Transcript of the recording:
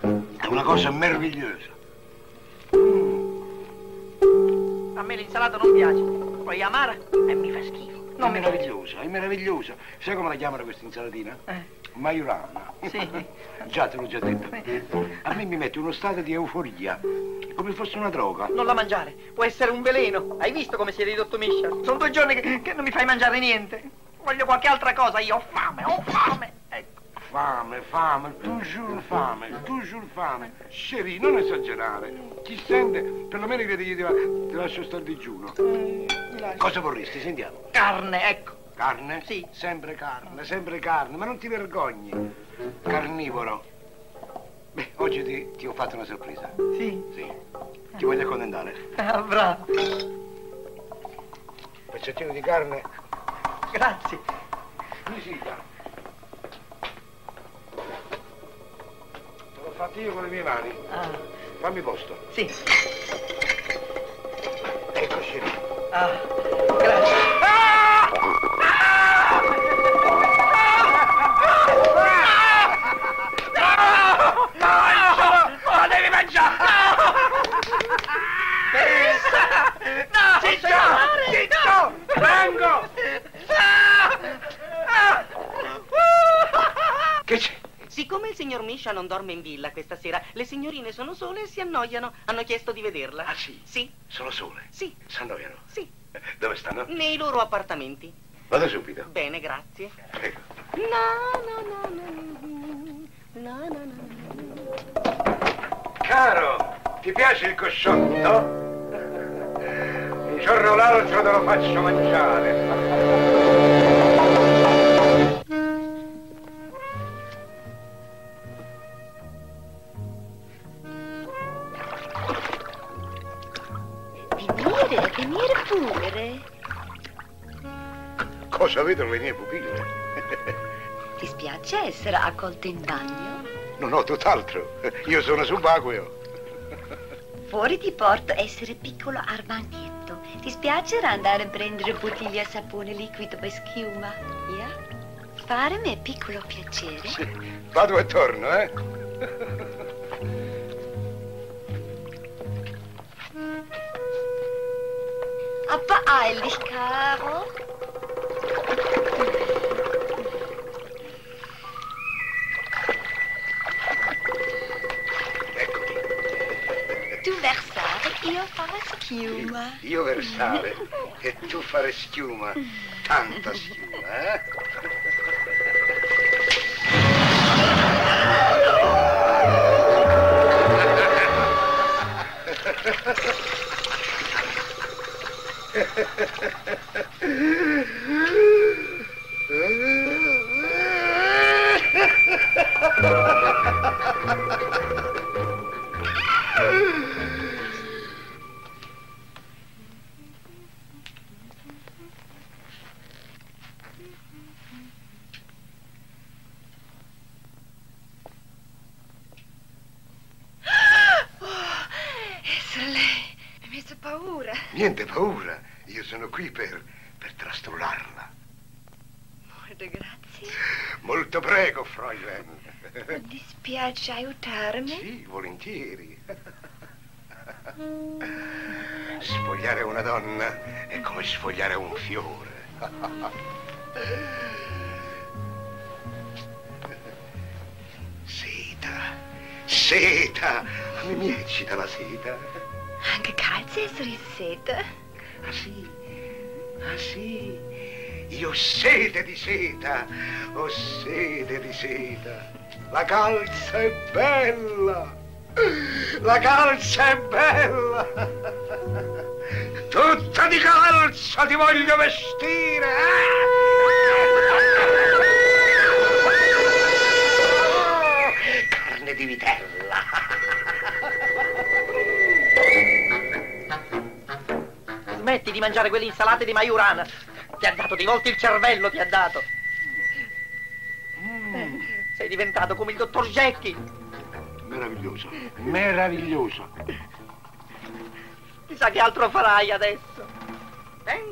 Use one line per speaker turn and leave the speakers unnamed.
È una cosa meravigliosa.
A me l'insalata non piace, poi è amara e mi fa schifo.
È
Non mi piace.
meravigliosa, è meravigliosa. Sai come la chiamano questa insalatina?
Eh,
Maiorana.
sì.
Già, te l'ho già detto. A me mi mette uno stato di euforia, come fosse una droga.
Non la mangiare, può essere un veleno. Hai visto come si è ridotto Miscia? Sono due giorni che, che non mi fai mangiare niente. Voglio qualche altra cosa, io ho fame, ho fame. Ecco.
Fame, fame, toujours fame, toujours fame. Sherry, non esagerare. Chi sente, perlomeno crede che ti, va- ti lascio stare digiuno. Cosa vorresti? Sentiamo.
Carne, ecco.
Carne?
Sì.
Sempre carne, sempre carne, ma non ti vergogni. Carnivoro. Beh, oggi ti, ti ho fatto una sorpresa.
Sì.
Sì. Ti voglio accontentare.
Ah, bravo.
Pezzettino di carne.
Grazie.
Visita. Te l'ho fatto io con le mie mani.
Ah,
Fammi posto.
sì.
Ecco Sherry.
Ah, grazie.
devi mangiare! No! Zitto! Zitto! Mango! Che c'è?
Siccome il signor Misha non dorme in villa questa sera, le signorine sono sole e si annoiano. Hanno chiesto di vederla.
Ah, sì?
Sì,
Sono sole.
sì,
S'annoiano.
sì.
Dove stanno?
Nei loro appartamenti.
Vado subito.
Bene, grazie.
Prego.
No, no, no, no. No, no, no.
Caro, ti piace il cosciotto? Un giorno o l'altro te lo faccio mangiare.
Venire, venire pure.
Cosa vedono le mie pupille?
Ti spiace essere accolto in bagno?
Non ho tutt'altro. Io sono subacqueo.
Fuori ti porto essere piccolo armadietto. Ti spiacerà andare a prendere bottiglie a sapone liquido per schiuma? Ia? Farmi piccolo piacere.
Sì, Vado e torno, eh?
Aber eilig, Caro. Tu versare, io farò schiuma.
Io versare e tu fare schiuma. Tanta schiuma, eh? eh.
Essere lei, mi hai messo paura.
Niente paura, io sono qui per, per trastullarla.
Molte grazie.
Molto prego, Freulein.
Mi dispiace aiutarmi.
Sì, volentieri. Sfogliare una donna è come sfogliare un fiore. Seta, seta, a me mi eccita la seta.
Anche e calze essere in seta.
Ah sì, ah sì, io ho sete di seta, ho sete di seta. La calza è bella, la calza è bella. Tutta di calza ti voglio vestire. eh? Carne di vitella.
Smetti di mangiare quelle insalate di Maiurana. Ti ha dato di volte il cervello, ti ha dato. Sei diventato come il dottor Jekyll.
Meraviglioso, meraviglioso.
Chissà che altro farai adesso. Pensa.